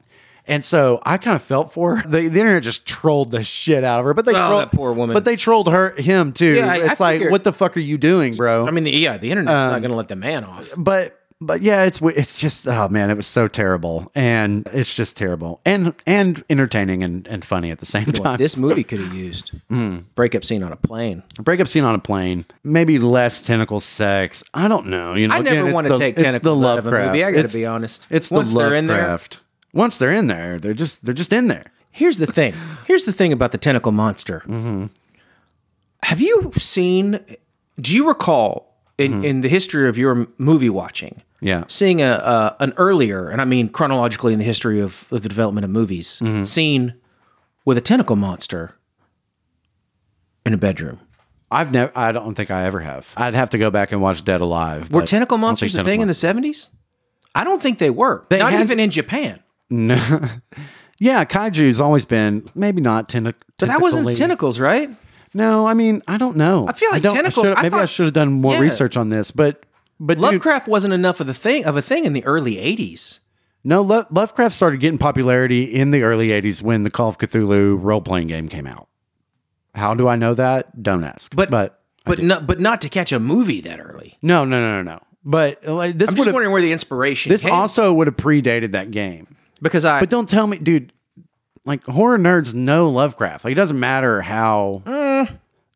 S2: And so I kind of felt for her. The, the internet just trolled the shit out of her, but they
S1: Oh,
S2: trolled
S1: that poor woman.
S2: But they trolled her him too.
S1: Yeah, I- I
S2: it's like,
S1: figured-
S2: what the fuck are you doing, bro?
S1: I mean, the, yeah, the internet's
S2: Um,
S1: not going to let the man off.
S2: but but yeah, it's it's just oh man, it was so terrible, and it's just terrible, and and entertaining and, and funny at the same time.
S1: This movie could have used
S2: hmm.
S1: breakup scene on a plane.
S2: breakup scene on a plane, maybe less tentacle sex. I don't know. You know,
S1: I never want to take tentacles out of a movie. I got to be honest.
S2: It's the
S1: once they're in there.
S2: Lovecraft. Once they're in there, they're just they're just in there.
S1: Here's the thing. Here's the thing about the tentacle monster.
S2: Mm-hmm.
S1: Have you seen? Do you recall in,
S2: Mm-hmm.
S1: in the history of your m- movie watching?
S2: Yeah.
S1: seeing a, a an earlier, and I mean chronologically in the history of, of the development of movies,
S2: Mm-hmm.
S1: scene with a tentacle monster in a bedroom.
S2: I've never. I don't think I ever have. I'd have to go back and watch Dead Alive.
S1: Were
S2: but
S1: tentacle
S2: I don't
S1: monsters
S2: think
S1: a thing
S2: tentacle
S1: in the seventies? I don't think they were. Not
S2: had-
S1: even in Japan.
S2: mon- Yeah, kaiju's always been maybe not tentacle.
S1: But that wasn't tentacles, right?
S2: No, I mean I don't know. I
S1: feel like
S2: don't- I
S1: tentacles-
S2: should've-
S1: I
S2: maybe I
S1: thought-
S2: should have done more
S1: Yeah.
S2: research on this, but but dude,
S1: Lovecraft wasn't enough of the thing of a thing in the early eighties.
S2: No, Lo- Lovecraft started getting popularity in the early 80s when the Call of Cthulhu role playing game came out. How do I know that? Don't ask.
S1: But-
S2: but,
S1: But not but not to catch a movie that early.
S2: no, no, no, no, no. But like, this
S1: I'm
S2: would
S1: just
S2: have
S1: wondering where the inspiration
S2: this
S1: came
S2: also would have predated that game.
S1: because I
S2: But don't tell me, dude. Like horror nerds know Lovecraft. Like it doesn't matter how.
S1: Mm.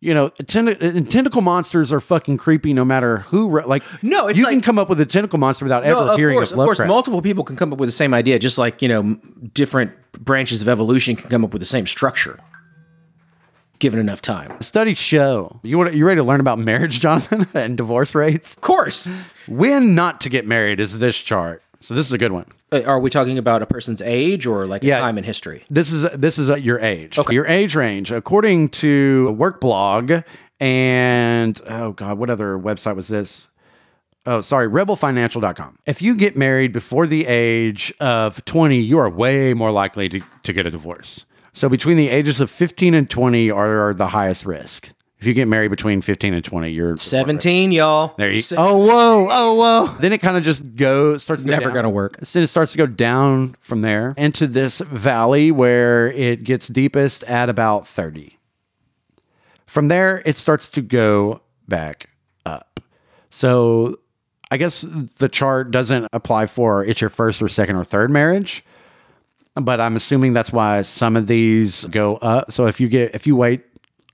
S2: You know, tenta- and tentacle monsters are fucking creepy. No matter who, wrote- like,
S1: No, it's
S2: you
S1: like-
S2: can come up with a tentacle monster without
S1: Well,
S2: ever hearing
S1: course,
S2: of Lovecraft.
S1: course, multiple people can come up with the same idea, just like you know, m- different branches of evolution can come up with the same structure, given enough time. Of
S2: Studies show you want you ready to learn about marriage, Jonathan, and divorce rates.
S1: course,
S2: When not to get married is this chart. So this is a good one.
S1: Uh, are we talking about a person's age or like a
S2: Yeah.
S1: time in history?
S2: This is this is uh, your age.
S1: Okay.
S2: Your age range according to Workblog and oh god, what other website was this? Oh, sorry, rebelfinancial.com. If you get married before the age of 20, you are way more likely to, to get a divorce. So between the ages of 15 and 20 are, are the highest risk. If you get married between 15 and 20, you're
S1: 17, y'all.
S2: There you Oh, whoa. Oh, whoa. Then it kind of just goes, starts to go
S1: Oh, Never
S2: down.
S1: gonna work.
S2: Then it starts to go down from there into this valley where it gets deepest at about 30. From there, it starts to go back up. So I guess the chart doesn't apply for it's your first or second or third marriage. But I'm assuming that's why some of these go up. So if you get if you wait,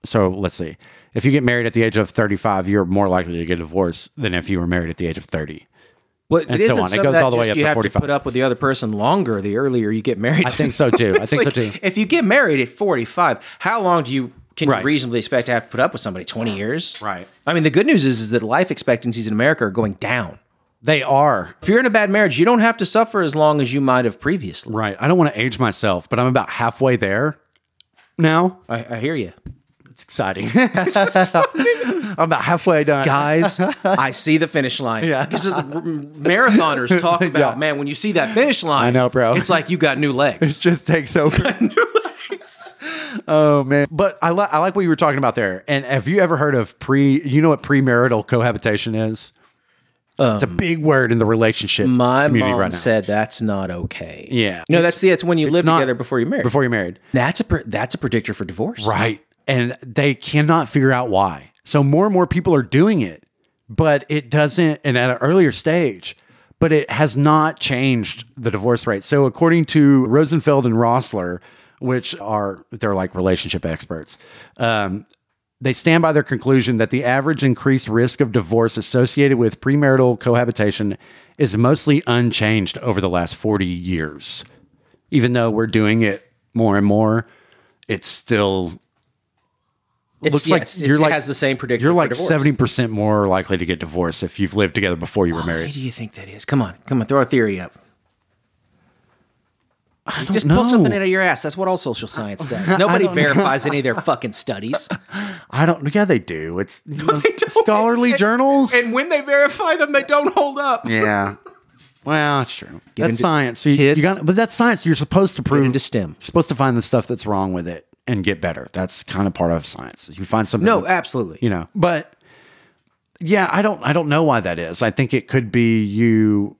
S2: so let's see. If you get married at the age of 35, you're more likely to get a divorce than if you were married at the age of 30.
S1: Well, it
S2: And so
S1: isn't
S2: on. It
S1: some
S2: goes
S1: that
S2: all the way
S1: just
S2: up
S1: you
S2: to
S1: have
S2: 45.
S1: to put up with the other person longer the earlier you get married.
S2: I think so too. I think so too.
S1: If you get married at 45, how long do you can
S2: Right.
S1: you reasonably expect to have to put up with somebody? 20 years?
S2: Right.
S1: I mean, the good news is, is that life expectancies in America are going down.
S2: They are.
S1: If you're in a bad marriage, you don't have to suffer as long as you might have previously.
S2: Right. I don't want to age myself, but I'm about halfway there now.
S1: I, I hear you.
S2: It's exciting. I'm about halfway done.
S1: Guys, I see the finish line. Yeah. Because the marathoners talk about, man, when you see that finish line,
S2: I know, bro.
S1: It's like you got new
S2: It
S1: legs.
S2: just takes over. oh man! But I, li- I like what you were talking about there. And have you ever heard of pre? You know what premarital cohabitation is? it's a big word in the relationship
S1: Um, My
S2: community
S1: mom
S2: right now.
S1: said that's not okay.
S2: Yeah.
S1: No, that's the it's when you live
S2: not-
S1: together before you're married.
S2: before you're married,
S1: that's a pre- that's a predictor for divorce.
S2: right? And they cannot figure out why. So more and more people are doing it, but it doesn't. And at an earlier stage. But it has not changed the divorce rate. So, according to Rosenfeld and Rossler, which are they're like relationship experts, um, they stand by their conclusion that the average increased risk of divorce associated with premarital cohabitation is mostly unchanged over the last 40 years. Even though we're doing it more and more, it's still
S1: It's,
S2: looks
S1: yeah,
S2: like
S1: it's,
S2: you're
S1: it's-
S2: like
S1: it has the same predictor.
S2: you're
S1: for
S2: like
S1: divorce.
S2: 70% more likely to get divorced if you've lived together before you were
S1: Why
S2: married.
S1: do you think that is? Come on, come on, throw a theory up. Just
S2: know.
S1: pull something out of your ass. That's what all social science does. Nobody verifies any of their fucking studies.
S2: I don't yeah, they do. It's you know, scholarly journals.
S1: And when they verify them, they don't hold up.
S2: yeah. Well, it's true. that's
S1: into-
S2: science. So you, you
S1: Kids.
S2: got but that's science. You're supposed to prove
S1: into STEM.
S2: You're supposed to find the stuff that's wrong with it and get better. That's kind of part of science. is You find something.
S1: No,
S2: that's-
S1: absolutely.
S2: you know. But yeah, I don't. I don't know why that is. I think it could be you.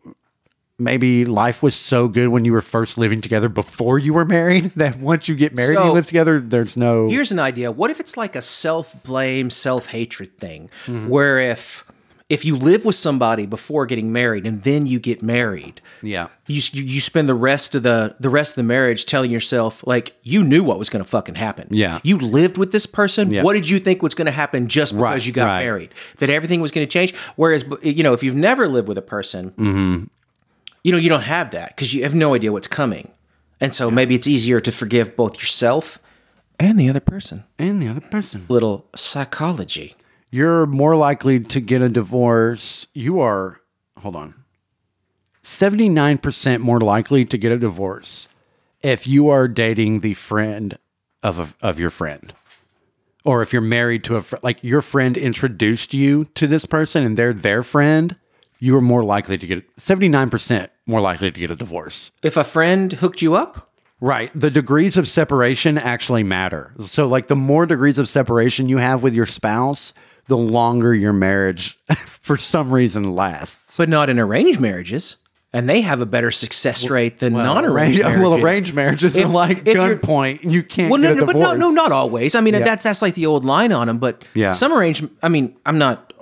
S2: Maybe life was so good when you were first living together before you were married that once you get married and you
S1: So-
S2: live together, there's no.
S1: Here's an idea. What if it's like a self-blame, self-hatred thing where if if you live with somebody before getting married and then you get married,
S2: yeah.
S1: you, you you spend the rest of the the rest of the marriage telling yourself like you knew what was going to fucking happen.
S2: Yeah.
S1: you lived with this person.
S2: Yeah.
S1: What did you think was going to happen just because
S2: Right,
S1: you got
S2: right.
S1: married? That everything was going to change. Whereas b- you know if you've never lived with a person,
S2: Mm-hmm.
S1: you know you don't have that because you have no idea what's coming, and so maybe it's easier to forgive both yourself and the other person.
S2: And the other person.
S1: Little psychology.
S2: you're more likely to get a divorce. You are, hold on, 79% more likely to get a divorce if you are dating the friend of, a, of your friend. Or if you're married to a friend, like your friend introduced you to this person and they're their friend, you are more likely to get 79% more likely to get a divorce.
S1: If a friend hooked you up,
S2: Right. The degrees of separation actually matter. So, like, the more degrees of separation you have with your spouse, the longer your marriage, for some reason, lasts.
S1: but not in arranged marriages. And they have a better success rate than non-arranged marriages.
S2: Well, arranged marriages are
S1: If-
S2: like
S1: if you're-
S2: gunpoint. You can't
S1: Well, no,
S2: get a
S1: no, but
S2: divorce.
S1: no, no, not always. I mean, that's that's like the old line on them. But
S2: Yeah.
S1: some arrange. I mean, I'm not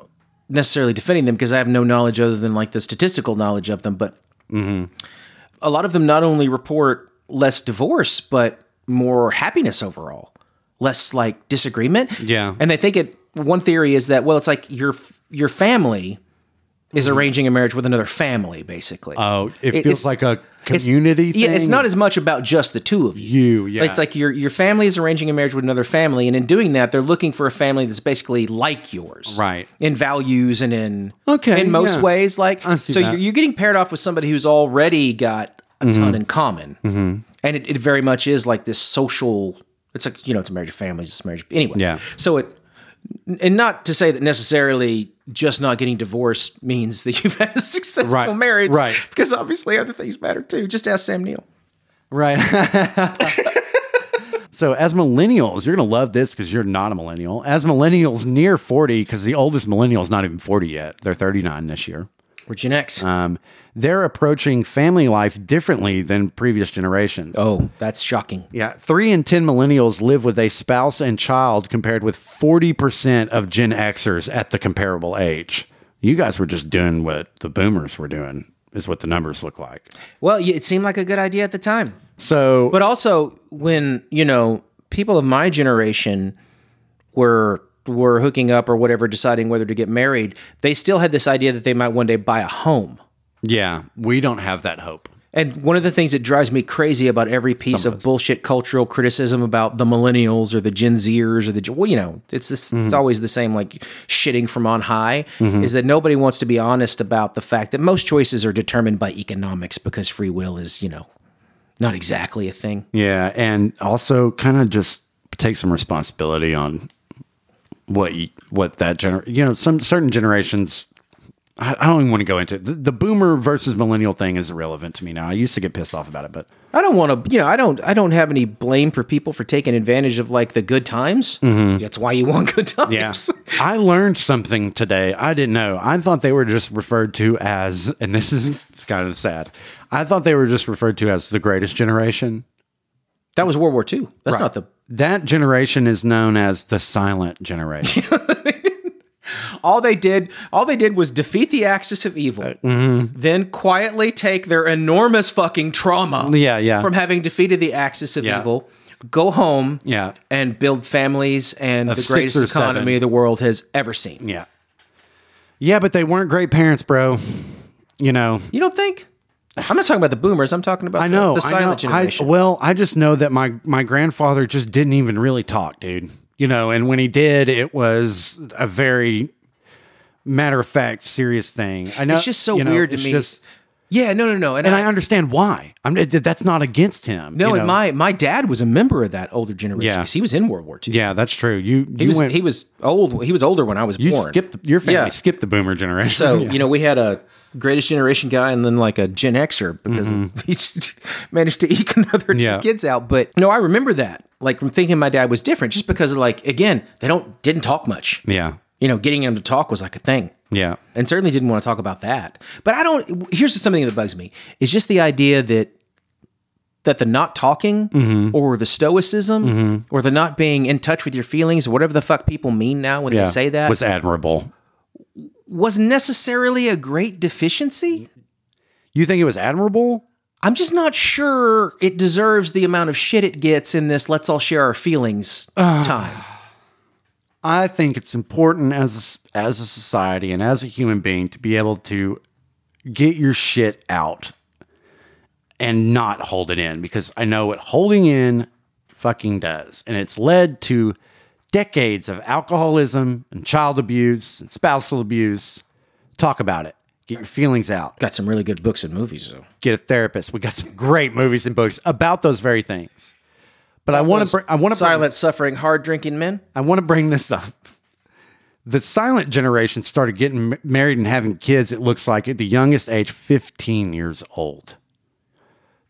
S1: necessarily defending them because I have no knowledge other than like the statistical knowledge of them. But
S2: Mm-hmm.
S1: a lot of them not only report less divorce, but more happiness overall, less like disagreement.
S2: Yeah.
S1: and they think it. One theory is that well, it's like your your family is
S2: Mm-hmm.
S1: arranging a marriage with another family, basically.
S2: Oh, it,
S1: It-
S2: feels
S1: it's-
S2: like a community thing.
S1: Yeah, it's not as much about just the two of you.
S2: You, yeah.
S1: It's like your your family is arranging a marriage with another family, and in doing that, they're looking for a family that's basically like yours,
S2: Right.
S1: In values and in
S2: Okay,
S1: in most
S2: yeah.
S1: ways, like
S2: see
S1: so
S2: that. Mm-hmm.
S1: you're, you're getting paired off with somebody who's already got a ton in common, and it, it very much is like this social. It's like you know, it's a marriage of families, it's a marriage. Anyway,
S2: Yeah.
S1: So it and not to say that necessarily just not getting divorced means that you've had a successful
S2: Right,
S1: marriage,
S2: right.
S1: Because obviously other things matter too. Just ask Sam Neill.
S2: Right. so, as millennials, you're going to love this because you're not a millennial. As millennials near 40, because the oldest millennial is not even 40 yet, they're 39 this year.
S1: We're Gen X.
S2: Um, they're approaching family life differently than previous generations.
S1: oh, that's shocking.
S2: Yeah, three in 10 millennials live with a spouse and child compared with 40% of Gen Xers at the comparable age. You guys were just doing what the boomers were doing, is what the numbers look like.
S1: Well, yeah, it seemed like a good idea at the time,
S2: So,
S1: but also when you know people of my generation were were hooking up or whatever, deciding whether to get married, they still had this idea that they might one day buy a home.
S2: yeah, we don't have that hope.
S1: And one of the things that drives me crazy about every piece of bullshit cultural criticism about the millennials or the Gen Zers or the well, you know, it's this it's always the same like shitting from on high is that nobody wants to be honest about the fact that most choices are determined by economics because free will is, you know, not exactly a thing.
S2: Yeah, and also kind of just take some responsibility on what you, what that gener you know some certain generations. I, I don't even want to go into it. The, the boomer versus millennial thing is irrelevant to me now. I used to get pissed off about it, but
S1: I don't want to, you know, I don't, I don't have any blame for people for taking advantage of like the good times. That's why you want good times.
S2: I learned something today. I didn't know. I thought they were just referred to as, and this is it's kind of sad. I thought they were just referred to as the greatest generation.
S1: That was World War II. That's not the
S2: That generation is known as the silent generation.
S1: All they did, all they did was defeat the axis of evil,
S2: Mm-hmm.
S1: then quietly take their enormous fucking trauma,
S2: Yeah, yeah.
S1: from having defeated the axis of
S2: Yeah.
S1: evil, go home,
S2: Yeah.
S1: and build families and the
S2: six
S1: greatest
S2: or
S1: economy
S2: seven.
S1: the world has ever seen.
S2: Yeah. Yeah, but they weren't great parents, bro. You know,
S1: You don't think? I'm not talking about the boomers. I'm talking about
S2: I know.
S1: the, the
S2: I
S1: silent
S2: know.
S1: generation.
S2: I, well, I just know that my my grandfather just didn't even really talk, dude. You know, and when he did, it was a very matter of fact, serious thing. I know
S1: It's just so
S2: you know,
S1: weird to
S2: it's
S1: me.
S2: just-
S1: yeah, no, no, no, and,
S2: and
S1: I,
S2: I understand why. I'm that's not against him.
S1: no,
S2: you
S1: and
S2: know?
S1: my my dad was a member of that older generation
S2: Yeah.
S1: because he was in World War II.
S2: yeah, that's true. You you
S1: He was,
S2: went
S1: he was old. He was older when I was
S2: you
S1: born.
S2: skipped your family
S1: Yeah.
S2: skipped the boomer generation.
S1: So you know, we had a greatest generation guy and then like a Gen Xer because he just managed to eke another two
S2: Mm-hmm. Yeah.
S1: kids out. But no, I remember that like from thinking my dad was different, just because like again they don't didn't talk much.
S2: yeah,
S1: You know, getting him to talk was like a thing.
S2: yeah,
S1: And certainly didn't want to talk about that. But I don't. Here's something that bugs me: is just the idea that that the not talking
S2: Mm-hmm.
S1: or the stoicism or the not being in touch with your feelings, whatever the fuck people mean now when
S2: yeah.
S1: they say that,
S2: was admirable.
S1: was necessarily a great deficiency.
S2: You think it was admirable?
S1: I'm just not sure it deserves the amount of shit it gets in this let's all share our feelings
S2: Ah.
S1: time.
S2: I think it's important as as a society and as a human being to be able to get your shit out and not hold it in because I know what holding in fucking does and it's led to decades of alcoholism and child abuse and spousal abuse. Talk about it. Get your feelings out.
S1: Got some really good books and movies though.
S2: Get a therapist. We got some great movies and books about those very things. But I want to bring I want to
S1: Silent suffering, hard drinking men.
S2: I want to bring this up. The silent generation started getting m- married and having kids, it looks like, at the youngest age, 15 years old.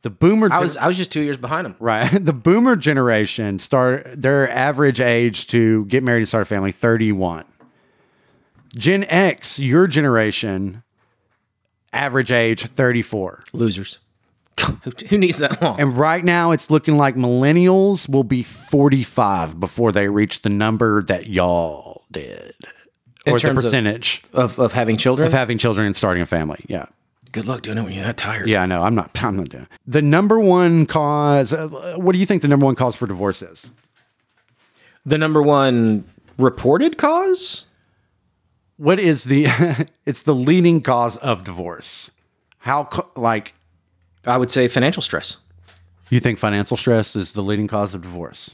S2: The boomer
S1: I was I was just two years behind them.
S2: right, the boomer generation start their average age to get married and start a family 31. Gen X, your generation, average age 34.
S1: Losers. Who- Who needs that long?
S2: And right now, it's looking like millennials will be 45 before they reach the number that y'all did, or the
S1: terms of-
S2: percentage
S1: Of, of having children?
S2: of having children and starting a family. Yeah.
S1: good luck doing it when you're that tired.
S2: Yeah, I know. I'm not. I'm not doing. it. The number one cause. Uh, what do you think the number one cause for divorce is?
S1: The number one reported cause?
S2: What is the? it's the leading cause of divorce. How co- like
S1: I would say financial stress.
S2: you think financial stress is the leading cause of divorce?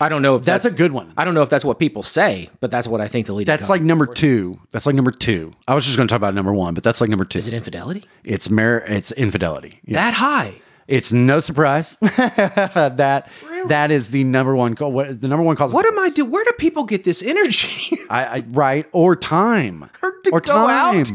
S1: I don't know if that's,
S2: That's a good one.
S1: I don't know if that's what people say, but that's what I think the leading
S2: That's
S1: cause.
S2: like number two. That's like number two. I was just going to talk about number one, but that's like number two.
S1: is it infidelity?
S2: It's mar- It's infidelity.
S1: That high.
S2: It's no surprise that
S1: do?
S2: That is the number one call. What the number one cause?
S1: what am I do? Where do people get this energy?
S2: I, I right or time
S1: Or to go out.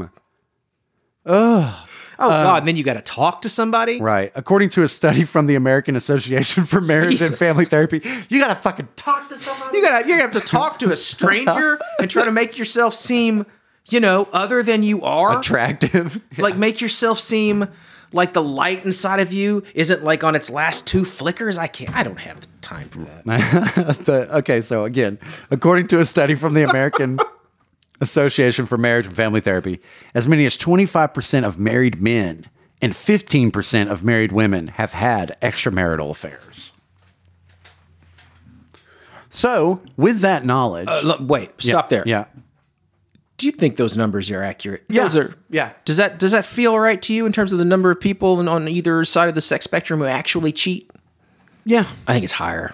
S1: oh God! And then you got to talk to somebody.
S2: Um, Right. According to a study from the American Association for Marriage
S1: Jesus.
S2: and Family Therapy, you gotta fucking talk to somebody.
S1: You gotta you're gonna have to talk to a stranger and try to make yourself seem, you know, other than you are.
S2: attractive.
S1: Like make yourself seem like the light inside of you isn't like on its last two flickers. I can't. I don't have the time for that.
S2: The- okay, so again, according to a study from the American Association for Marriage and Family Therapy, as many as 25% of married men and 15% of married women have had extramarital affairs. So, with that knowledge,
S1: Uh, Look, wait, stop there.
S2: yeah,
S1: Do you think those numbers are accurate?
S2: Yeah.
S1: Those are.
S2: Yeah.
S1: Does that does that feel right to you in terms of the number of people and on either side of the sex spectrum who actually cheat?
S2: yeah,
S1: I think it's higher.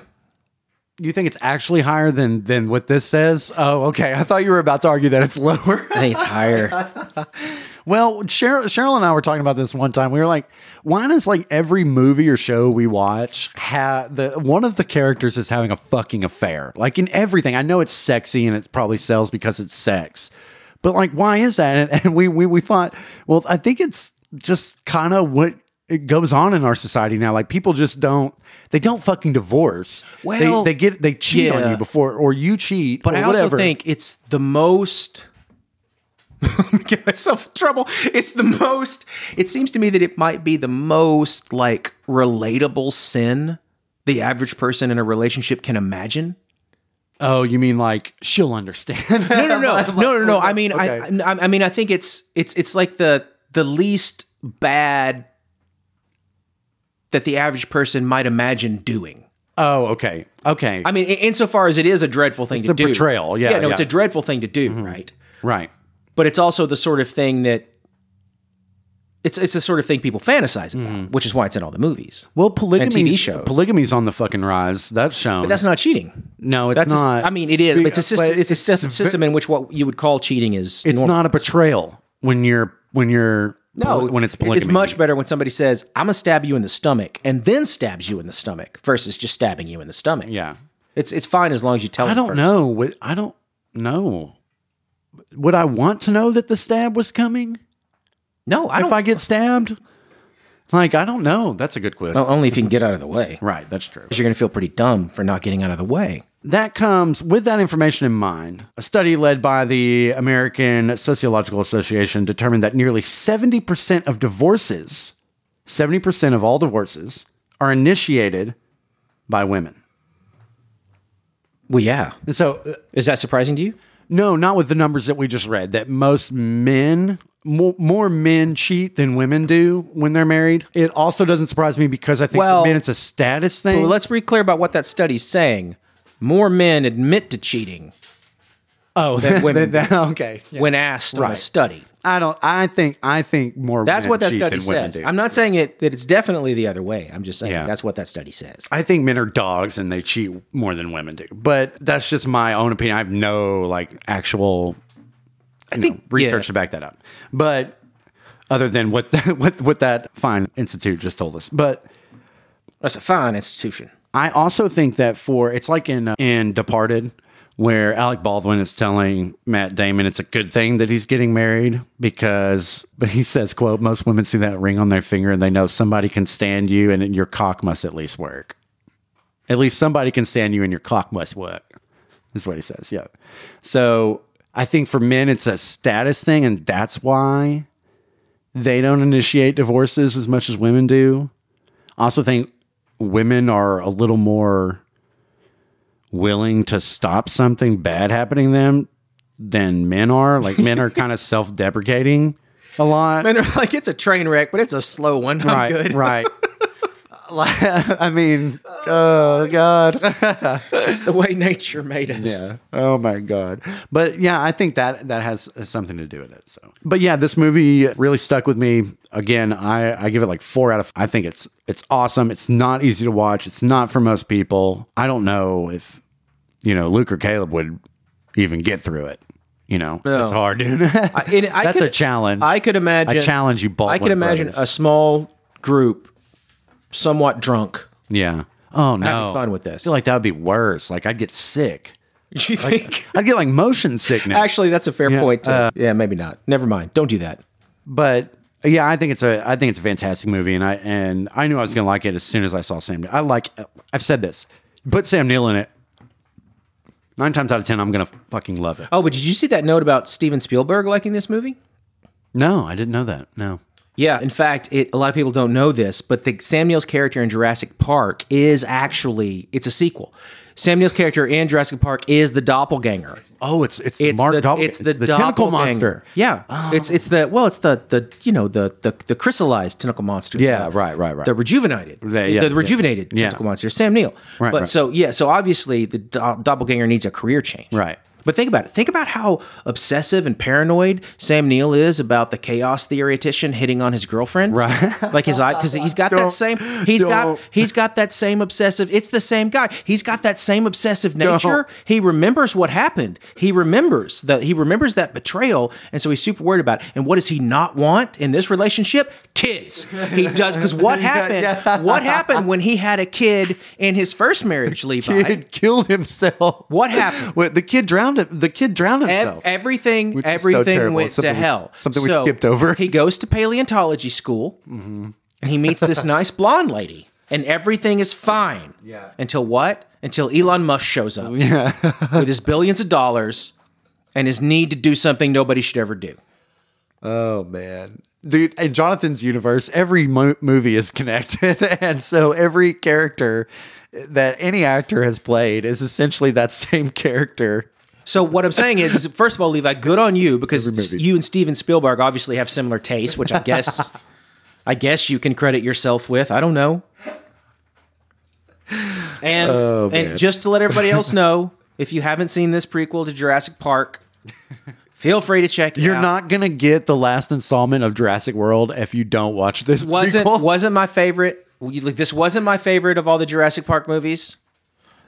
S2: you think it's actually higher than than what this says? Oh, okay. I thought you were about to argue that it's lower.
S1: I think it's higher.
S2: Well, Cheryl, Cheryl and I were talking about this one time. We were like, why does like every movie or show we watch have the one of the characters is having a fucking affair? Like in everything. I know it's sexy and it probably sells because it's sex. But like, why is that? And, and we, we we thought, well, I think it's just kind of what it goes on in our society now. Like people just don't they don't fucking divorce.
S1: Well,
S2: they, they get they cheat on
S1: yeah.
S2: you before or you cheat.
S1: But
S2: or
S1: I also
S2: whatever.
S1: think it's the most. I'm gonna get myself in trouble. It's the most. It seems to me that it might be the most like relatable sin the average person in a relationship can imagine.
S2: Oh, you mean like she'll understand.
S1: No, no, no, no, no, no. I mean, I, I, I mean, I think it's it's it's like the the least bad that the average person might imagine doing.
S2: Oh, okay. Okay.
S1: I mean, in- insofar as it is a dreadful thing
S2: a
S1: to do,
S2: betrayal.
S1: yeah,
S2: Yeah,
S1: no,
S2: yeah. Mm-hmm.
S1: it's a dreadful thing to do, right?
S2: right.
S1: but it's also the sort of thing that it's it's the sort of thing people fantasize about,
S2: Mm-hmm.
S1: which is why it's in all the movies.
S2: Well, polygamy
S1: TV shows.
S2: Polygamy's on the fucking rise. That's shown.
S1: That's not cheating.
S2: no, it's
S1: That's a-
S2: not.
S1: I mean, it is. but It's a system.
S2: but
S1: It's, a
S2: it's
S1: system, system in which what you would call cheating is.
S2: It's not a betrayal when you're when you're
S1: No,
S2: when it's polygamy.
S1: It's much better when somebody says, "I'm gonna stab you in the stomach," and then stabs you in the stomach, versus just stabbing you in the stomach.
S2: Yeah.
S1: it's it's fine as long as you tell.
S2: I
S1: them
S2: don't
S1: first.
S2: know. Would- I don't know. Would I want to know that the stab was coming
S1: No, I
S2: if
S1: don't.
S2: I get stabbed? Like I don't know. That's a good question.
S1: well, only if you can get out of the way.
S2: Right. That's true.
S1: You're gonna feel pretty dumb for not getting out of the way.
S2: That comes with that information in mind. A study led by the American Sociological Association determined that nearly 70% of divorces, 70% of all divorces, are initiated by women.
S1: Well, yeah.
S2: And so, uh,
S1: Is that surprising to you?
S2: no, not with the numbers that we just read, that most men, more, more men cheat than women do when they're married. It also doesn't surprise me because I think
S1: Well-
S2: for men it's a status thing.
S1: Well, let's be clear about what that study's saying. More men admit to cheating
S2: oh,
S1: than women
S2: that- that- okay.
S1: when asked on a
S2: Right.
S1: study.
S2: I don't, I think, I think more
S1: That's
S2: men
S1: what that
S2: cheat
S1: study
S2: than women
S1: says.
S2: do.
S1: I'm not saying it that it's definitely the other way. I'm just saying
S2: Yeah.
S1: that's what that study says.
S2: I think men are dogs and they cheat more than women do. But that's just my own opinion. I have no like actual I
S1: think-
S2: research
S1: yeah.
S2: to back that up. But other than what that what what that fine institute just told us. But
S1: That's a fine institution.
S2: I also think that for it's like in uh, in Departed where Alec Baldwin is telling Matt Damon it's a good thing that he's getting married because but he says quote most women see that ring on their finger and they know somebody can stand you and your cock must at least work. At least somebody can stand you and your cock must work. Is what he says. Yeah. So I think for men it's a status thing and that's why they don't initiate divorces as much as women do. I also think women are a little more willing to stop something bad happening to them than men are. Like men are kind of self-deprecating a lot.
S1: And they're like, it's a train wreck, but it's a slow one. I'm
S2: right,
S1: good.
S2: right. Like, I mean, oh god.
S1: It's the way nature made us.
S2: Yeah. Oh my god. But yeah, I think that that has something to do with it. So, but yeah, this movie really stuck with me. Again, I I give it like four out of. I think it's it's awesome. It's not easy to watch. It's not for most people. I don't know if you know Luke or Caleb would even get through it. You know, it's hard, dude.
S1: I, and I
S2: That's
S1: could,
S2: a challenge.
S1: I could imagine.
S2: I challenge you,
S1: I
S2: Baldwin
S1: could imagine
S2: brothers.
S1: a small group, somewhat drunk,
S2: yeah. Oh no,
S1: having fun with this.
S2: I feel like that would be worse. Like I'd get sick.
S1: you think?
S2: I'd get like motion sickness.
S1: Actually, that's a fair point. Too. yeah, uh, maybe not. Never mind. Don't do that.
S2: but yeah, I think it's a I think it's a fantastic movie, and I and I knew I was gonna like it as soon as I saw Sam. I like I've said this. Put Sam Neill in it. Nine times out of ten, I'm gonna fucking love it.
S1: Oh, but did you see that note about Steven Spielberg liking this movie?
S2: No, I didn't know that. No.
S1: Yeah, in fact, it, a lot of people don't know this, but the Sam Neill's character in Jurassic Park is actually it's a sequel. Sam Neill's character in Jurassic Park is the doppelganger.
S2: Oh, it's it's,
S1: It's
S2: Mark
S1: the
S2: Doppel-
S1: it's the,
S2: tentacle
S1: doppelganger.
S2: monster.
S1: Yeah, it's it's the well, it's the the you know the the, the crystallized tentacle monster.
S2: Yeah,
S1: The-
S2: right, right, right.
S1: The rejuvenated,
S2: Yeah, yeah,
S1: the rejuvenated
S2: yeah.
S1: tentacle monster, Sam Neill.
S2: Right,
S1: but
S2: right.
S1: so yeah, so obviously the do- doppelganger needs a career change.
S2: Right.
S1: But think about it. Think about how obsessive and paranoid Sam Neill is about the chaos theoretician hitting on his girlfriend.
S2: Right.
S1: Like his eye, because he's got that
S2: Don't-
S1: same. He's
S2: don't.
S1: got he's got that same obsessive. It's the same guy. He's got that same obsessive nature. He remembers what happened. He remembers that he remembers that betrayal, and so he's super worried about it. And what does he not want in this relationship? Kids. He does because what happened? What happened when he had a kid in his first marriage, Levi?
S2: Kid killed himself.
S1: What happened?
S2: Wait, the kid drowned. him- The kid drowned
S1: Ev-
S2: himself.
S1: everything
S2: Which is so
S1: everything
S2: terrible.
S1: went
S2: Something
S1: to
S2: we-
S1: hell.
S2: something we
S1: So,
S2: skipped over. Mm-hmm.
S1: He goes to paleontology school, and he meets this nice blonde lady, and everything is fine.
S2: Yeah.
S1: Until what? Until Elon Musk shows up with his billions of dollars and his need to do something nobody should ever do.
S2: Oh man, dude! In Jonathan's universe, every mo- movie is connected, and so every character that any actor has played is essentially that same character.
S1: So what I'm saying is, is first of all, Levi, good on you because you and Steven Spielberg obviously have similar tastes, which I guess, I guess you can credit yourself with. I don't know. And
S2: Oh,
S1: and just to let everybody else know, if you haven't seen this prequel to Jurassic Park, feel free to check it
S2: You're
S1: out.
S2: not gonna get the last installment of Jurassic World if you don't watch this.
S1: wasn't
S2: prequel.
S1: wasn't my favorite. You- like, This wasn't my favorite of all the Jurassic Park movies.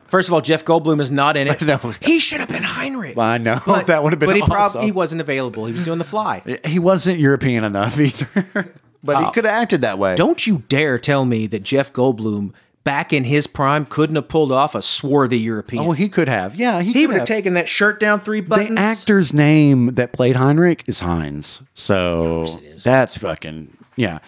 S1: First of all, Jeff Goldblum is not in it.
S2: know.
S1: He should have been Heinrich.
S2: I know that would have been.
S1: But he
S2: awesome.
S1: probably he wasn't available. He was doing the fly.
S2: he wasn't European enough either, Oh. but he could have acted that way.
S1: Don't you dare tell me that Jeff Goldblum back in his prime couldn't have pulled off a swarthy European.
S2: Well, he could have. Yeah, Oh, he,
S1: he
S2: could
S1: would have taken that shirt down three
S2: the
S1: buttons.
S2: actor's name that played Heinrich is Heinz. So that's fucking yeah.